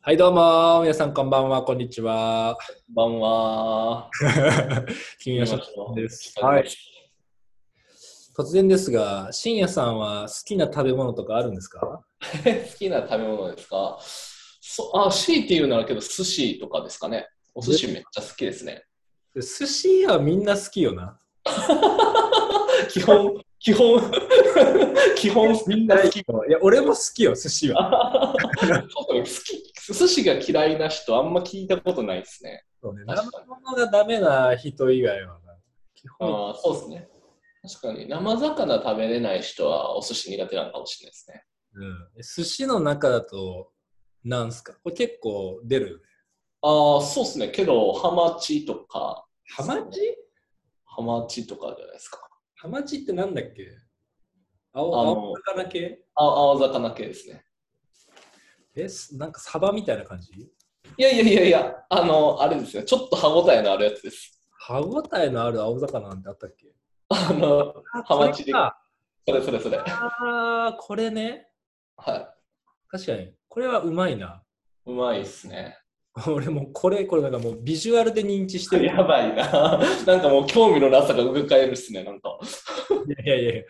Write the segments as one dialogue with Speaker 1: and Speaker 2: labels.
Speaker 1: はい、どうも、皆さん、こんばんは、こんにち は。
Speaker 2: こんばんは。
Speaker 1: 君は社長です。
Speaker 2: はい。
Speaker 1: 突然ですが、深夜さんは好きな食べ物とかあるんですか
Speaker 2: 好きな食べ物ですかそあ、強いて言うならけど、寿司とかですかね。お寿司めっちゃ好きですね。
Speaker 1: 寿司はみんな好きよな。
Speaker 2: 基本、基本、 基本みんな好き。
Speaker 1: いや、俺も好きよ、寿司は。
Speaker 2: 好き。寿司が嫌いな人、あんま聞いたことないですね。
Speaker 1: そうね、生物がダメな人以外はな。基本、
Speaker 2: あーそうですね。確かに、生魚食べれない人はお寿司苦手なのかもしれないですね。
Speaker 1: うん、寿司の中だと、なんすかこれ結構出るよね。
Speaker 2: ああ、そうですね。けど、ハマチとか、
Speaker 1: ハマチ
Speaker 2: ハマチとかじゃないですか。
Speaker 1: ハマチってなんだっけ青
Speaker 2: あの
Speaker 1: 青魚系
Speaker 2: あ青魚系ですね。
Speaker 1: え、すなんかサバみたいな感じ
Speaker 2: いやいやいやいや、あの、あれですね、ちょっと歯応えのあるやつです。
Speaker 1: 歯ごたえのある青魚なんてあったっけ
Speaker 2: あの、ハマチで
Speaker 1: あ
Speaker 2: それそれそれ。
Speaker 1: あー、これね。
Speaker 2: は
Speaker 1: 確かに。これはうまいな。
Speaker 2: い。うまいっすね。
Speaker 1: 俺もうこれ、これなんかもうビジュアルで認知してる。い
Speaker 2: やばいな。 なんかもう興味のなさがうぶかえるっすね、なんか。
Speaker 1: やいやいや。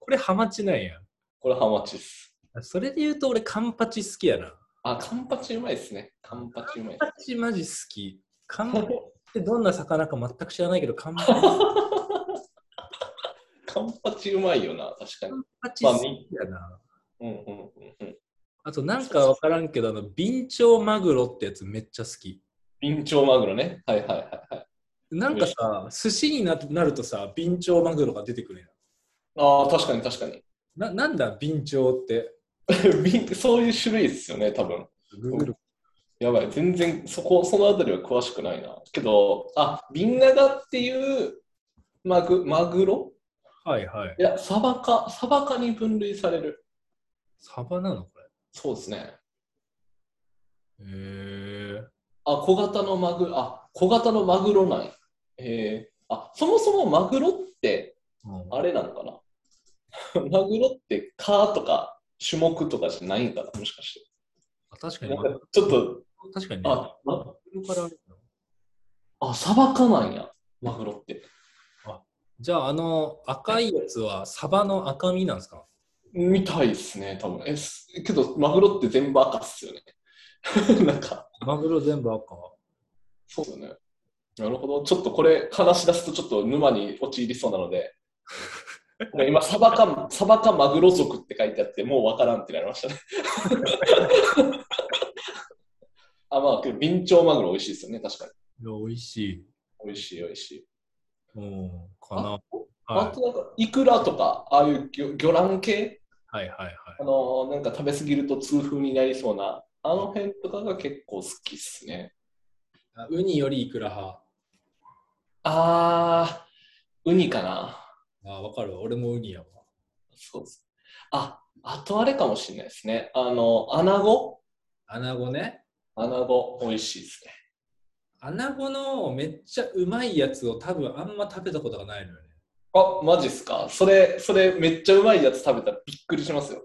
Speaker 1: これハマチなんや。
Speaker 2: これハマチっす。
Speaker 1: それで言うと俺カンパチ好きやな。
Speaker 2: あ、カンパチうまいっすね。カンパチうまい
Speaker 1: カ。ンパチマジ好き。カンパチってどんな魚か全く知らないけど、カンパチカン
Speaker 2: カンパチうまいよな、確かに。
Speaker 1: パチ好きやな。
Speaker 2: うんうんうんうん。
Speaker 1: あとなんかわからんけど、あの、ビンチョウマグロってやつめっちゃ好き。
Speaker 2: ビンチョウマグロね。はいはいはいはい。
Speaker 1: なんかさ、寿司にななるとさ、ビンチョウマグロが出てくるやん。
Speaker 2: ああ、確かに確かに。
Speaker 1: ななんだ、ビンチョウって。
Speaker 2: ビンそういう種類っすよね、多分。
Speaker 1: ググる
Speaker 2: やばい、全然そこ、そのあたりは詳しくないな。けど、あ、ビンナガっていうマグマグロ
Speaker 1: はいはい
Speaker 2: い。や、サバ科、サバ科に分類される。
Speaker 1: サバなのこれ。
Speaker 2: そうですね。
Speaker 1: へえ。
Speaker 2: あ、小型のマグ、あ、小型のマグロなんや。えー、あ、そもそもマグロって、あれなのかな マグロって科とか種目とかじゃないんかなもしかし
Speaker 1: 確か
Speaker 2: て。
Speaker 1: に
Speaker 2: なん、かちょっと、
Speaker 1: 確かにね。
Speaker 2: あ、ま
Speaker 1: マグロからあるの
Speaker 2: あ、サバ科なんや、マグロって。
Speaker 1: じゃあ、あの赤いやつはサバの赤身なんですか
Speaker 2: みたいですね、多分え、すけど、マグロって全部赤っすよね。 なんか、
Speaker 1: マグロ全部赤。
Speaker 2: そうだね。なるほど。ちょっとこれ、話し出すとちょっと沼に陥りそうなので、もう今、サバか、サバかマグロ族って書いてあって、もうわからんってなりましたね。 あ、まあ、けど、ビンチョウマグロ美味しいですよね、確かに。
Speaker 1: いや、美味しい。
Speaker 2: 美味しい、美味しい。
Speaker 1: うん、かな。
Speaker 2: あ
Speaker 1: は
Speaker 2: と、なんか、イクラとか、ああいう魚魚卵系
Speaker 1: い、はい、はいはい。
Speaker 2: あのーなんか食べ過ぎると痛風になりそうな、あの辺とかが結構好きっすね。
Speaker 1: あウニよりイクラ派。
Speaker 2: あー、ウニかな。
Speaker 1: あ、わかるわ。俺もウニやわ。
Speaker 2: そうです。あ、あとあれかもしれないですね。あの、アナゴ。
Speaker 1: アナゴね。
Speaker 2: アナゴ、美味しいですね。
Speaker 1: アナゴのめっちゃうまいやつを多分あんま食べたことがないのよね。
Speaker 2: あ、マジっすかそれ、それめっちゃうまいやつ食べたらびっくりしますよ。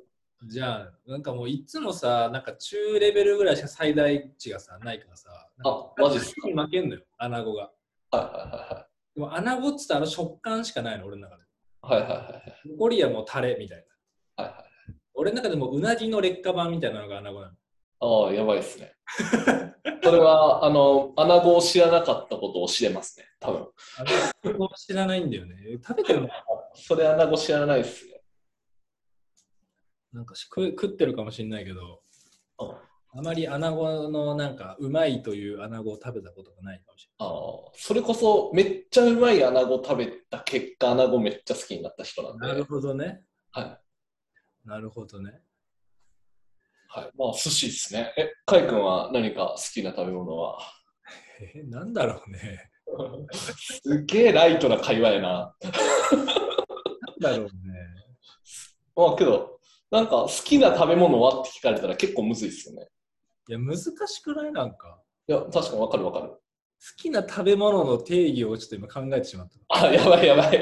Speaker 1: じゃあ、なんかもういつもさ、なんか中レベルぐらいしか最大値がさ、ないからさ、なんか
Speaker 2: あ、マジっすか
Speaker 1: に負けんのよ、アナゴが。
Speaker 2: はいは
Speaker 1: でもアナゴっつったらあの食感しかないの、俺の中で。
Speaker 2: いはいはい。はいはいはいはい
Speaker 1: 残りはもうタレみたいな。
Speaker 2: はいはい。
Speaker 1: 俺の中でもうなぎの劣化版みたいなのがアナゴなの。
Speaker 2: ああ、やばいっすね。それは、あの、アナゴを知らなかったことを知れますね。多分。
Speaker 1: アナゴ知らないんだよね。食べてるの
Speaker 2: それアナゴ知らないっすね。
Speaker 1: なんかし食食ってるかもしれないけど、あまりアナゴのなんかうまいというアナゴを食べたことがないかもし
Speaker 2: あーそれこそめっちゃうまいアナゴ食べた結果アナゴめっちゃ好きになった人なん
Speaker 1: れ
Speaker 2: で、
Speaker 1: ない。なるほどね。
Speaker 2: はい
Speaker 1: なるほどね。
Speaker 2: はい、まあ寿司ですねえかいくんは何か好きな食べ物は
Speaker 1: え、なんだろうね。
Speaker 2: すげえライトな会話やな
Speaker 1: なんだろうね。
Speaker 2: まあけどなんか好きな食べ物はって聞かれたら結構むずいっすよね
Speaker 1: いや、難しくないなんか。
Speaker 2: いや確かにわかるわかる
Speaker 1: 好きな食べ物の定義をちょっと今考えてしまった。い
Speaker 2: あやばいやばい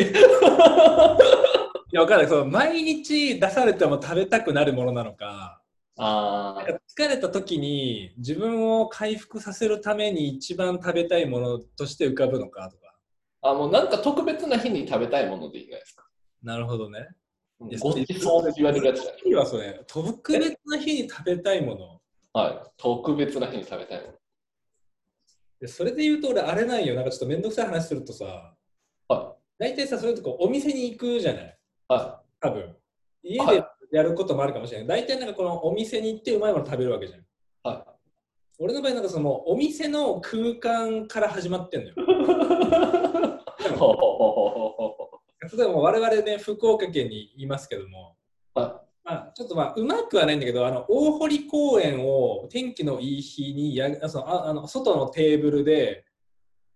Speaker 1: や、わかんない。その毎日出されても食べたくなるものなのか、
Speaker 2: あ
Speaker 1: なんか疲れた時に自分を回復させるために一番食べたいものとして浮かぶのかとか。
Speaker 2: ああ、もうなんか特別な日に食べたいものでいいじゃないですか。
Speaker 1: なるほどね。いや
Speaker 2: ごちそうって言われるやつじゃない。
Speaker 1: いいわ、それ。特別な日に食べたいもの。
Speaker 2: はい。特別な日に食べたいもの。
Speaker 1: でそれで言うと俺、あれなんよ。なんかちょっとめんどくさい話するとさ、
Speaker 2: は
Speaker 1: 大体さ、そういうとこお店に行くじゃない
Speaker 2: は
Speaker 1: 多分。家
Speaker 2: はい
Speaker 1: でやることもあるかもしれない。大体なんかこのお店に行ってうまいもの食べるわけじゃん。
Speaker 2: い。は
Speaker 1: 俺の場合なんかそのお店の空間から始まってんの よ。
Speaker 2: い。ほうほうほうほうほうほ
Speaker 1: 例えば我々ね、福岡県にいますけども、
Speaker 2: う。は
Speaker 1: まあ、ちょっとまあうまくはないんだけど、あの大堀公園を天気のいい日にやあそのああの外のテーブルで、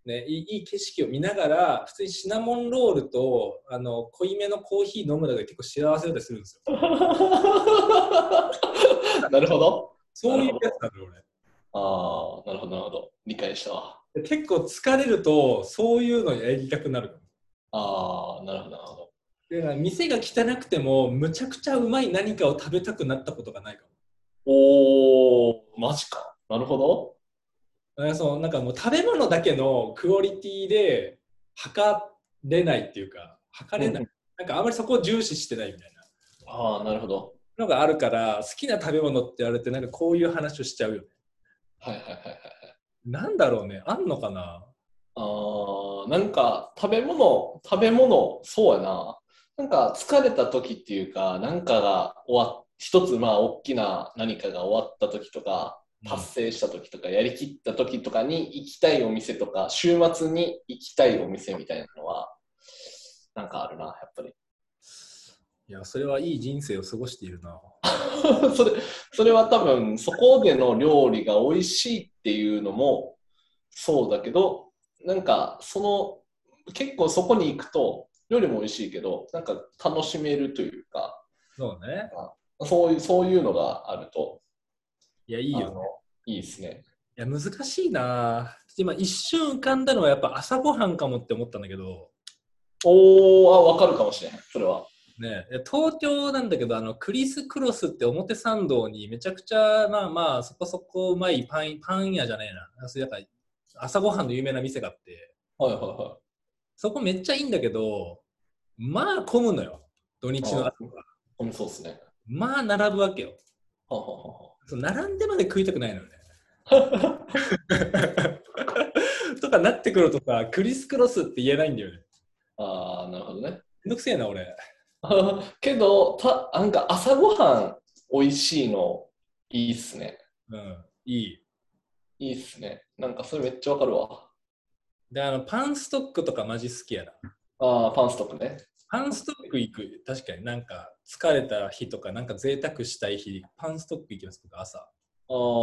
Speaker 1: ね、いいいい景色を見ながら、普通にシナモンロールとあの濃いめのコーヒー飲むだけで結構幸せだったりするんですよ。
Speaker 2: い。なるほど。
Speaker 1: そういうやつなのよ、
Speaker 2: ああ、なるほど、なるほど。理解したわ。
Speaker 1: 俺。で結構疲れると、そういうのやりたくなるかも。
Speaker 2: ああ、なるほど、なるほど。
Speaker 1: だから店が汚くても、むちゃくちゃうまい何かを食べたくなったことがないかも。
Speaker 2: おお、マジか。なるほど。
Speaker 1: えーそうなんかもう食べ物だけのクオリティで測れないっていうか測れない、
Speaker 2: う
Speaker 1: なんかあまりそこを重視してないみたい
Speaker 2: ああ、なるほど。
Speaker 1: なのがあるから好きな食べ物って言われてなんかこういう話をしちゃうよね
Speaker 2: はいはいはいはい。
Speaker 1: なんだろうねあんのかな
Speaker 2: ああ、なんか食べ物、食べ物、そうやな。なんか疲れた時っていうか、なんかが終わっ、一つまあ大きな何かが終わった時とか、達成した時とか、やりきった時とかに行きたいお店とか、週末に行きたいお店みたいなのは、なんかあるな、やっぱり。
Speaker 1: いやそれはいい人生を過ごしているな
Speaker 2: それそれは多分そこでの料理が美味しいっていうのもそうだけどなんかその結構そこに行くと料理も美味しいけどなんか楽しめるというか
Speaker 1: そうね
Speaker 2: そういうそういうのがあると
Speaker 1: いやいい
Speaker 2: あ
Speaker 1: よ
Speaker 2: のいいですね。
Speaker 1: いや難しいな今一瞬浮かんだのはやっぱ朝ごはんかもって思ったんだけど
Speaker 2: おーあ分かるかもしれないそれは。
Speaker 1: ね、え東京なんだけどあのクリス・クロスって表参道にめちゃくちゃまあまあそこそこうまいパンパン屋じゃねえなそういうなんか朝ごはんの有名な店があって
Speaker 2: はいはいは
Speaker 1: そこめっちゃいいんだけどまあ混むのよ土日の朝は
Speaker 2: ほんとそうですね。
Speaker 1: まあ並ぶわけよ
Speaker 2: はあはあは
Speaker 1: そう並んでまで食いたくないのよねとかなってくるとさクリス・クロスって言えないんだよね
Speaker 2: ああーなるほど
Speaker 1: め
Speaker 2: ね。
Speaker 1: んどくせえな俺
Speaker 2: けどたなんか朝ごはん美味しいのいいっすね。
Speaker 1: うんいい
Speaker 2: いいっすね。なんかそれめっちゃわかるわ。
Speaker 1: であのパンストックとかマジ好きやな
Speaker 2: ああ、パンストップね。
Speaker 1: パンストック行く、確かになんか疲れた日とか、なんか贅沢したい日、パンストック行きます、僕、朝。
Speaker 2: あ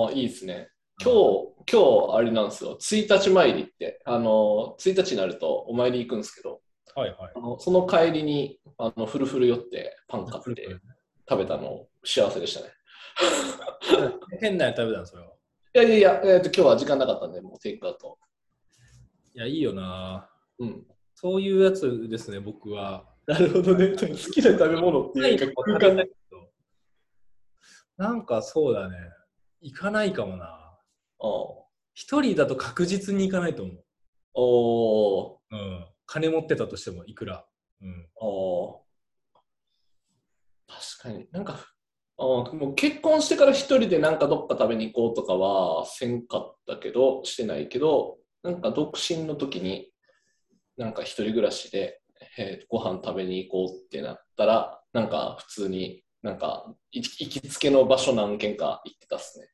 Speaker 2: あ、いいですね。今日、今日あれなんですよ。1日参りって、あの、1日になるとお参り行くんですけど、
Speaker 1: はいはい
Speaker 2: あ。のその帰りに、あの、フルフル寄ってパン買って食べたの幸せでしたね。
Speaker 1: 変なやつ食べたの、それは。
Speaker 2: いやいやいや、えーと、今日は時間なかったんで、もうテイクアウト。
Speaker 1: いや、いいよな
Speaker 2: うん。
Speaker 1: そういうやつですね、僕は。
Speaker 2: なるほどね。 好きな食べ物って
Speaker 1: ない
Speaker 2: いうか、
Speaker 1: 食
Speaker 2: 空
Speaker 1: べ
Speaker 2: 間
Speaker 1: たいけどなんかそうだね。行かないかもな
Speaker 2: ああ
Speaker 1: 一人だと確実に行かないと思う。
Speaker 2: おー
Speaker 1: うん。金持ってたとしても、いくら。うん。
Speaker 2: おー確かになんかあーもう結婚してから一人でなんかどっか食べに行こうとかはせんかったけどしてないけどなんか独身の時になんか一人暮らしで、えーご飯食べに行こうってなったらなんか普通になんかい行きつけの場所何軒か行ってたっすね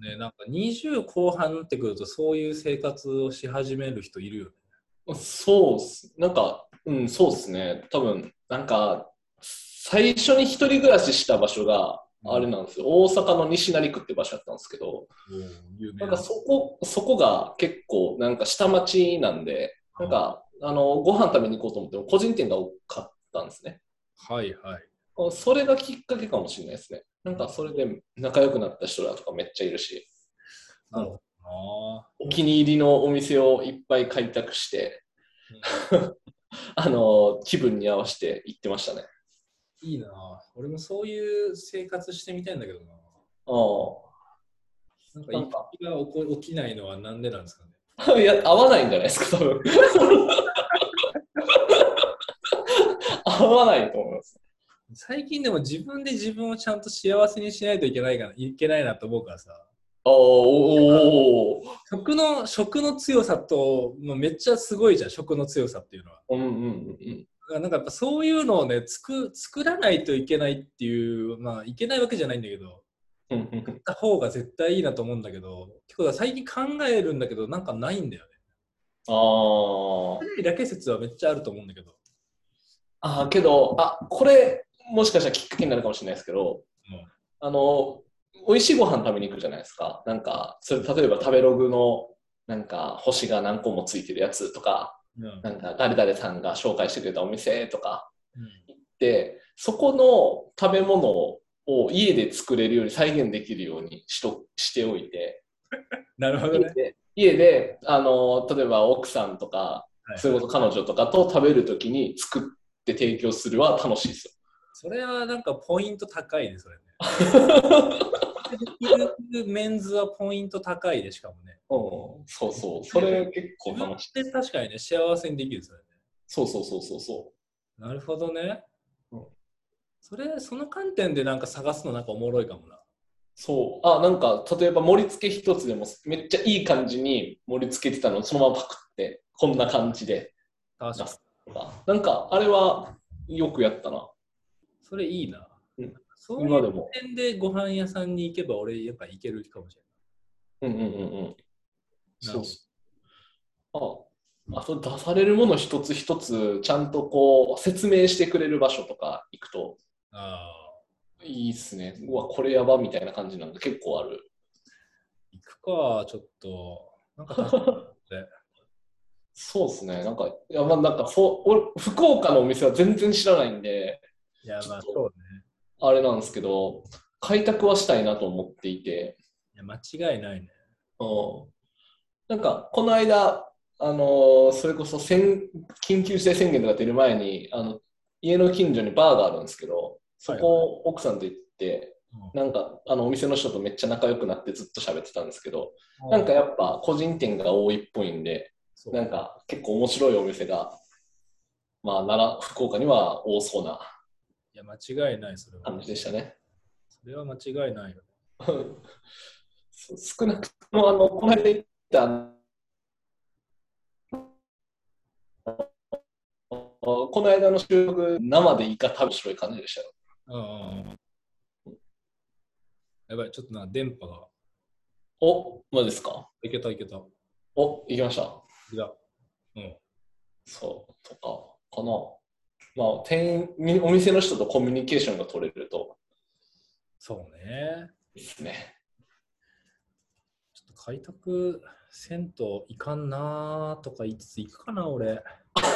Speaker 1: ね、なんか20後半になってくると、そういう生活をし始める人いるよね。
Speaker 2: そうっす。なんか、うん、そうっすね。多分、なんか、最初に一人暮らしした場所が、
Speaker 1: うん
Speaker 2: あれなんですよ。大阪の西成区って場所だったんですけど、
Speaker 1: 有名
Speaker 2: なんかそこ、そこが結構、なんか下町なんで、なんか、あの、ご飯食べに行こうと思っても、個人店が多かったんですね。
Speaker 1: はいはい。
Speaker 2: それがきっかけかもしれないですね。なんか、それで仲良くなった人らとかめっちゃいるし、
Speaker 1: なるほど
Speaker 2: お気に入りのお店をいっぱい開拓して、
Speaker 1: な。
Speaker 2: あの、気分に合わせて行ってましたね。
Speaker 1: いいな。俺もそういう生活してみたいんだけどな。なんか息が起こ起きないのはなんでなんですかね。
Speaker 2: いや、合わないんじゃないですか、多分。 合わないと思います。
Speaker 1: 最近でも自分で自分をちゃんと幸せにしないといけないかないけないなと思うからさ、
Speaker 2: おーおーおー
Speaker 1: 食の食の強さとのめっちゃすごいじゃん、食の強さっていうのは。
Speaker 2: うんうんうんうん。
Speaker 1: だからなんかやっぱそういうのをね、つく作らないといけないっていう、まあいけないわけじゃないんだけど、
Speaker 2: うんうんうん
Speaker 1: やった方が絶対いいなと思うんだけど、結構だから最近考えるんだけど、なんかないんだよね。
Speaker 2: あー
Speaker 1: 一人だけ説はめっちゃあると思うんだけど。
Speaker 2: あーけどあこれもしかしたらきっかけになるかもしれないですけ
Speaker 1: う
Speaker 2: ど、
Speaker 1: ん
Speaker 2: あの美味しいご飯食べに行くじゃないですかなんかそれ例えば食べログのなんか星が何個もついてるやつとか
Speaker 1: うん。
Speaker 2: なんか誰々さんが紹介してくれたお店とか
Speaker 1: うん
Speaker 2: でそこの食べ物を家で作れるように再現できるようにしとしておいて
Speaker 1: なるほど
Speaker 2: 家
Speaker 1: ね。
Speaker 2: で家であの例えば奥さんとか
Speaker 1: はい
Speaker 2: それこそ彼女とかと食べるときに作って提供するは楽しいですよ。
Speaker 1: それはなんかポイント高いね、 それね。昼メンズはポイント高いで、しかもね。
Speaker 2: うん、そうそう、それ結構
Speaker 1: 自分
Speaker 2: 楽しい。
Speaker 1: って確かにね、幸せにできる、それね。
Speaker 2: そうそうそうそうそ
Speaker 1: なるほどね
Speaker 2: うん。
Speaker 1: それ、その観点でなんか探すのなんかおもろいかもな。
Speaker 2: う。そう。あ、なんか、例えば盛り付け一つでもめっちゃいい感じに盛り付けてたのをそのままパクって、こんな感じで
Speaker 1: 確かに。
Speaker 2: とか。なんか、あれはよくやったな。
Speaker 1: それいいな。
Speaker 2: うん
Speaker 1: そうい
Speaker 2: 今
Speaker 1: う
Speaker 2: でも。
Speaker 1: 点でご飯屋さんに行けば俺やっぱ行けるかもしれ
Speaker 2: うんうんうんうん。そ
Speaker 1: な
Speaker 2: う
Speaker 1: る
Speaker 2: あ、あと出されるもの一つ一つちゃんとこう説明してくれる場所とか行くと
Speaker 1: ない。ああ。
Speaker 2: いいっすね。うわ、これやばみたいな感じなんか結構ある。
Speaker 1: 行くか、ちょっと。なんか楽し みだね
Speaker 2: そうですね。なんか、いや、まあ、なんか、そう、俺、福岡のお店は全然知らないんで、
Speaker 1: いや、まあ
Speaker 2: ちょっと
Speaker 1: そうね。
Speaker 2: あれなんですけど、開拓はしたいなと思っていて、
Speaker 1: いや間違いないね。
Speaker 2: うん。なんか、この間、あのーそれこそ宣、緊急事態宣言とか出る前に、あの、家の近所にバーがあるんですけど、そこ、奥さんと行って、なんか、あの、お店の人とめっちゃ仲良くなってずっと喋ってたんですけど、
Speaker 1: う
Speaker 2: なんかやっぱ、個人店が多いっぽいんで、
Speaker 1: そう
Speaker 2: なんか結構面白いお店が、まあ、奈良、福岡には多そうない
Speaker 1: や、間違いない、それは。
Speaker 2: 感じでしたね。
Speaker 1: それは間違いないよ。
Speaker 2: そう少なくとも、あの、この間行った、この間の収録、生でイカ食べ面白い感じでしたよ。
Speaker 1: うんうんうんやばい、ちょっとな、電波が。
Speaker 2: お、まあですか
Speaker 1: いけた、いけた。い
Speaker 2: お、行きました。
Speaker 1: や、うん。
Speaker 2: そう、とか、かな。まあ、店員み、お店の人とコミュニケーションが取れると
Speaker 1: そうね。
Speaker 2: いいですね。
Speaker 1: ちょっと開拓、銭湯行かんなーとか言いつつ行くかな、俺。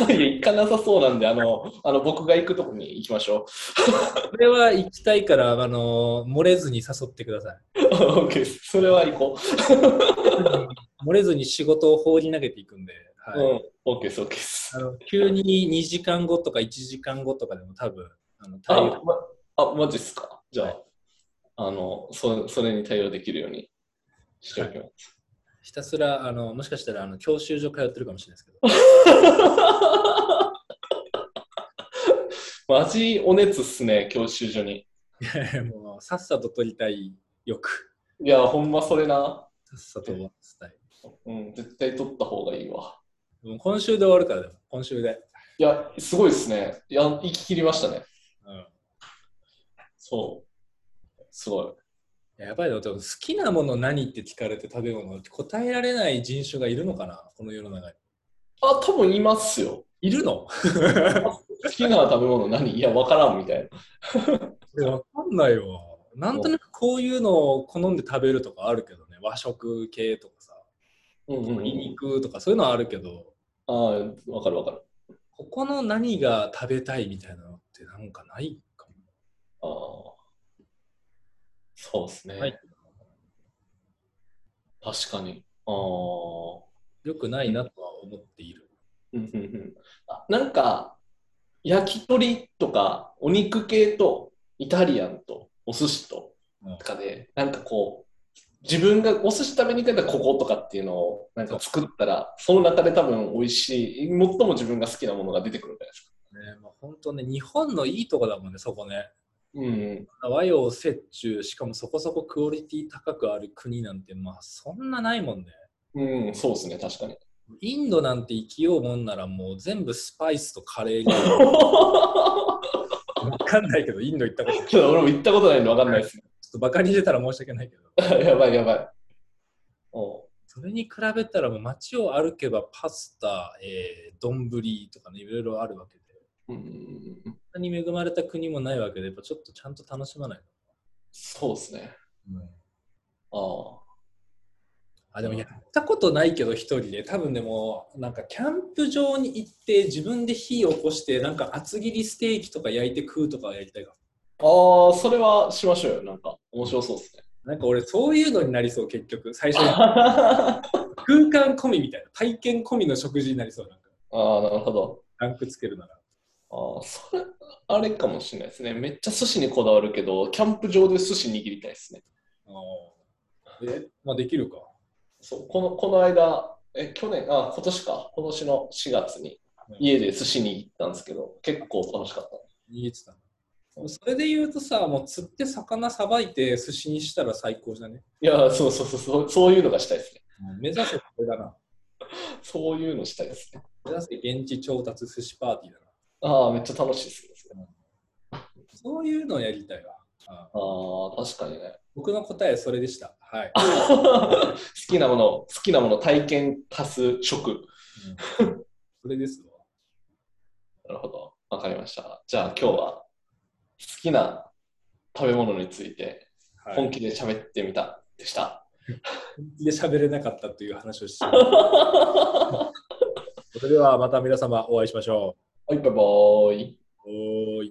Speaker 2: いや、行かなさそうなんで、あの、あの僕が行くとこに行きましょう。
Speaker 1: これは行きたいから、あのー漏れずに誘ってくだ さい。
Speaker 2: オッケーですそれは行こ
Speaker 1: 漏れずに仕事を放り投げていくんで、
Speaker 2: う。
Speaker 1: はい
Speaker 2: うん。オッケーです、オッケーです。
Speaker 1: あの急に2時間後とか1時間後とかでも多分、あの対応
Speaker 2: あ、ま、あマジっすか。じゃあ、
Speaker 1: はい
Speaker 2: あのそ、それに対応できるようにしておきます。
Speaker 1: ひたすら、あのもしかしたらあの教習所通ってるかもしれないですけど。
Speaker 2: マジお熱っすね、教習所に。
Speaker 1: もうさっさと取りたい欲。
Speaker 2: いや、ほんまそれな。
Speaker 1: さっさと終わらせたい。
Speaker 2: うん、絶対取った方がいいわ。
Speaker 1: もう今週で終わるからでも、今週で。
Speaker 2: いや、すごいっすね。いや、行き切りましたね。
Speaker 1: うん
Speaker 2: そう。すごい。
Speaker 1: やばいよ、でも好きなもの何って聞かれて食べ物って答えられない人種がいるのかな、この世の中に。
Speaker 2: あ、多分いますよ。
Speaker 1: いるの
Speaker 2: 好きな食べ物何いや、わからんみたいな。
Speaker 1: いやわかんないよ。なんとなくこういうのを好んで食べるとかあるけどね、和食系とかさ、
Speaker 2: うんうん、う
Speaker 1: 鶏
Speaker 2: ん。
Speaker 1: 肉とかそういうのはあるけど、
Speaker 2: ああ、わかるわかる。
Speaker 1: ここの何が食べたいみたいなのってなんかないかも。
Speaker 2: ああ。そうですね。
Speaker 1: はい
Speaker 2: 確かに。ああ。
Speaker 1: よくないなとは思っている。
Speaker 2: うんうんうんあなんか、焼き鳥とか、お肉系と、イタリアンと、お寿司と、とかで、なんかこう、自分がお寿司食べに行くんだったらこことかっていうのをなんか作ったら、その中で多分美味しい、最も自分が好きなものが出てくるじゃないですか。
Speaker 1: ねまあ、本当ね、日本のいいとこだもんね、そこね。
Speaker 2: うん。
Speaker 1: 和洋折衷、しかもそこそこクオリティ高くある国なんて、まあそんなないもんね。
Speaker 2: うん、そうですね、確かに。
Speaker 1: インドなんて生きようもんならもう全部スパイスとカレーにわかんないけど、インド行ったことちょっ
Speaker 2: ちょっと俺も行ったことないんで分かんないですね。
Speaker 1: とバカにしてたら申し訳ないけど。
Speaker 2: やばいやばい。おう
Speaker 1: それに比べたらもう街を歩けばパスタ、えー、丼とかね、いろいろあるわけで。
Speaker 2: うんうんうんうん、
Speaker 1: そんなに恵まれた国もないわけで、やっぱちょっとちゃんと楽しまない
Speaker 2: そうですね。
Speaker 1: と。
Speaker 2: ああ。
Speaker 1: あでもやったことないけど一人で多分でもなんかキャンプ場に行って自分で火を起こしてなんか厚切りステーキとか焼いて食うとかはやりたいか
Speaker 2: ああ、それはしましょうよ。なんか、面白そう ですね。
Speaker 1: らなんか俺そういうのになりそう結局最初に
Speaker 2: あ
Speaker 1: 空間込みみたいな体験込みの食事になりそうなんか
Speaker 2: あ、なるほど。
Speaker 1: ランクつけるなら
Speaker 2: ああ、それ、あれかもしれないですね。めっちゃ寿司にこだわるけど、キャンプ場で寿司握りたいですね。
Speaker 1: あーえ、まあ、できるか
Speaker 2: そう、この、この間、え、去年、あ、今年か。今年の4月に
Speaker 1: うん、
Speaker 2: 家で寿司握ったんですけど、結構楽しかった。
Speaker 1: 言えてたのそれで言うとさもう釣って魚さばいて寿司にしたら最高じゃね
Speaker 2: いやー、そうそうそうそう、そういうのがしたいですね。
Speaker 1: 目指せこれだな
Speaker 2: そういうのしたいですね。
Speaker 1: 目指せ現地調達寿司パーティーだな
Speaker 2: ああ、めっちゃ楽しいですね。
Speaker 1: そういうのをやりたいわあー
Speaker 2: ああ、確かにね。
Speaker 1: 僕の答えはそれでした。はい。
Speaker 2: 好きなもの、好きなもの体験足す食。
Speaker 1: それですわ。
Speaker 2: なるほど。わかりました。じゃあ今日は好きな食べ物について
Speaker 1: はい、
Speaker 2: 本
Speaker 1: 本
Speaker 2: 気で喋ってみたでした。
Speaker 1: 気で喋れなかったという話を して。それではまた皆様お会いしましょ
Speaker 2: はい、バイバイ。
Speaker 1: う。おーい。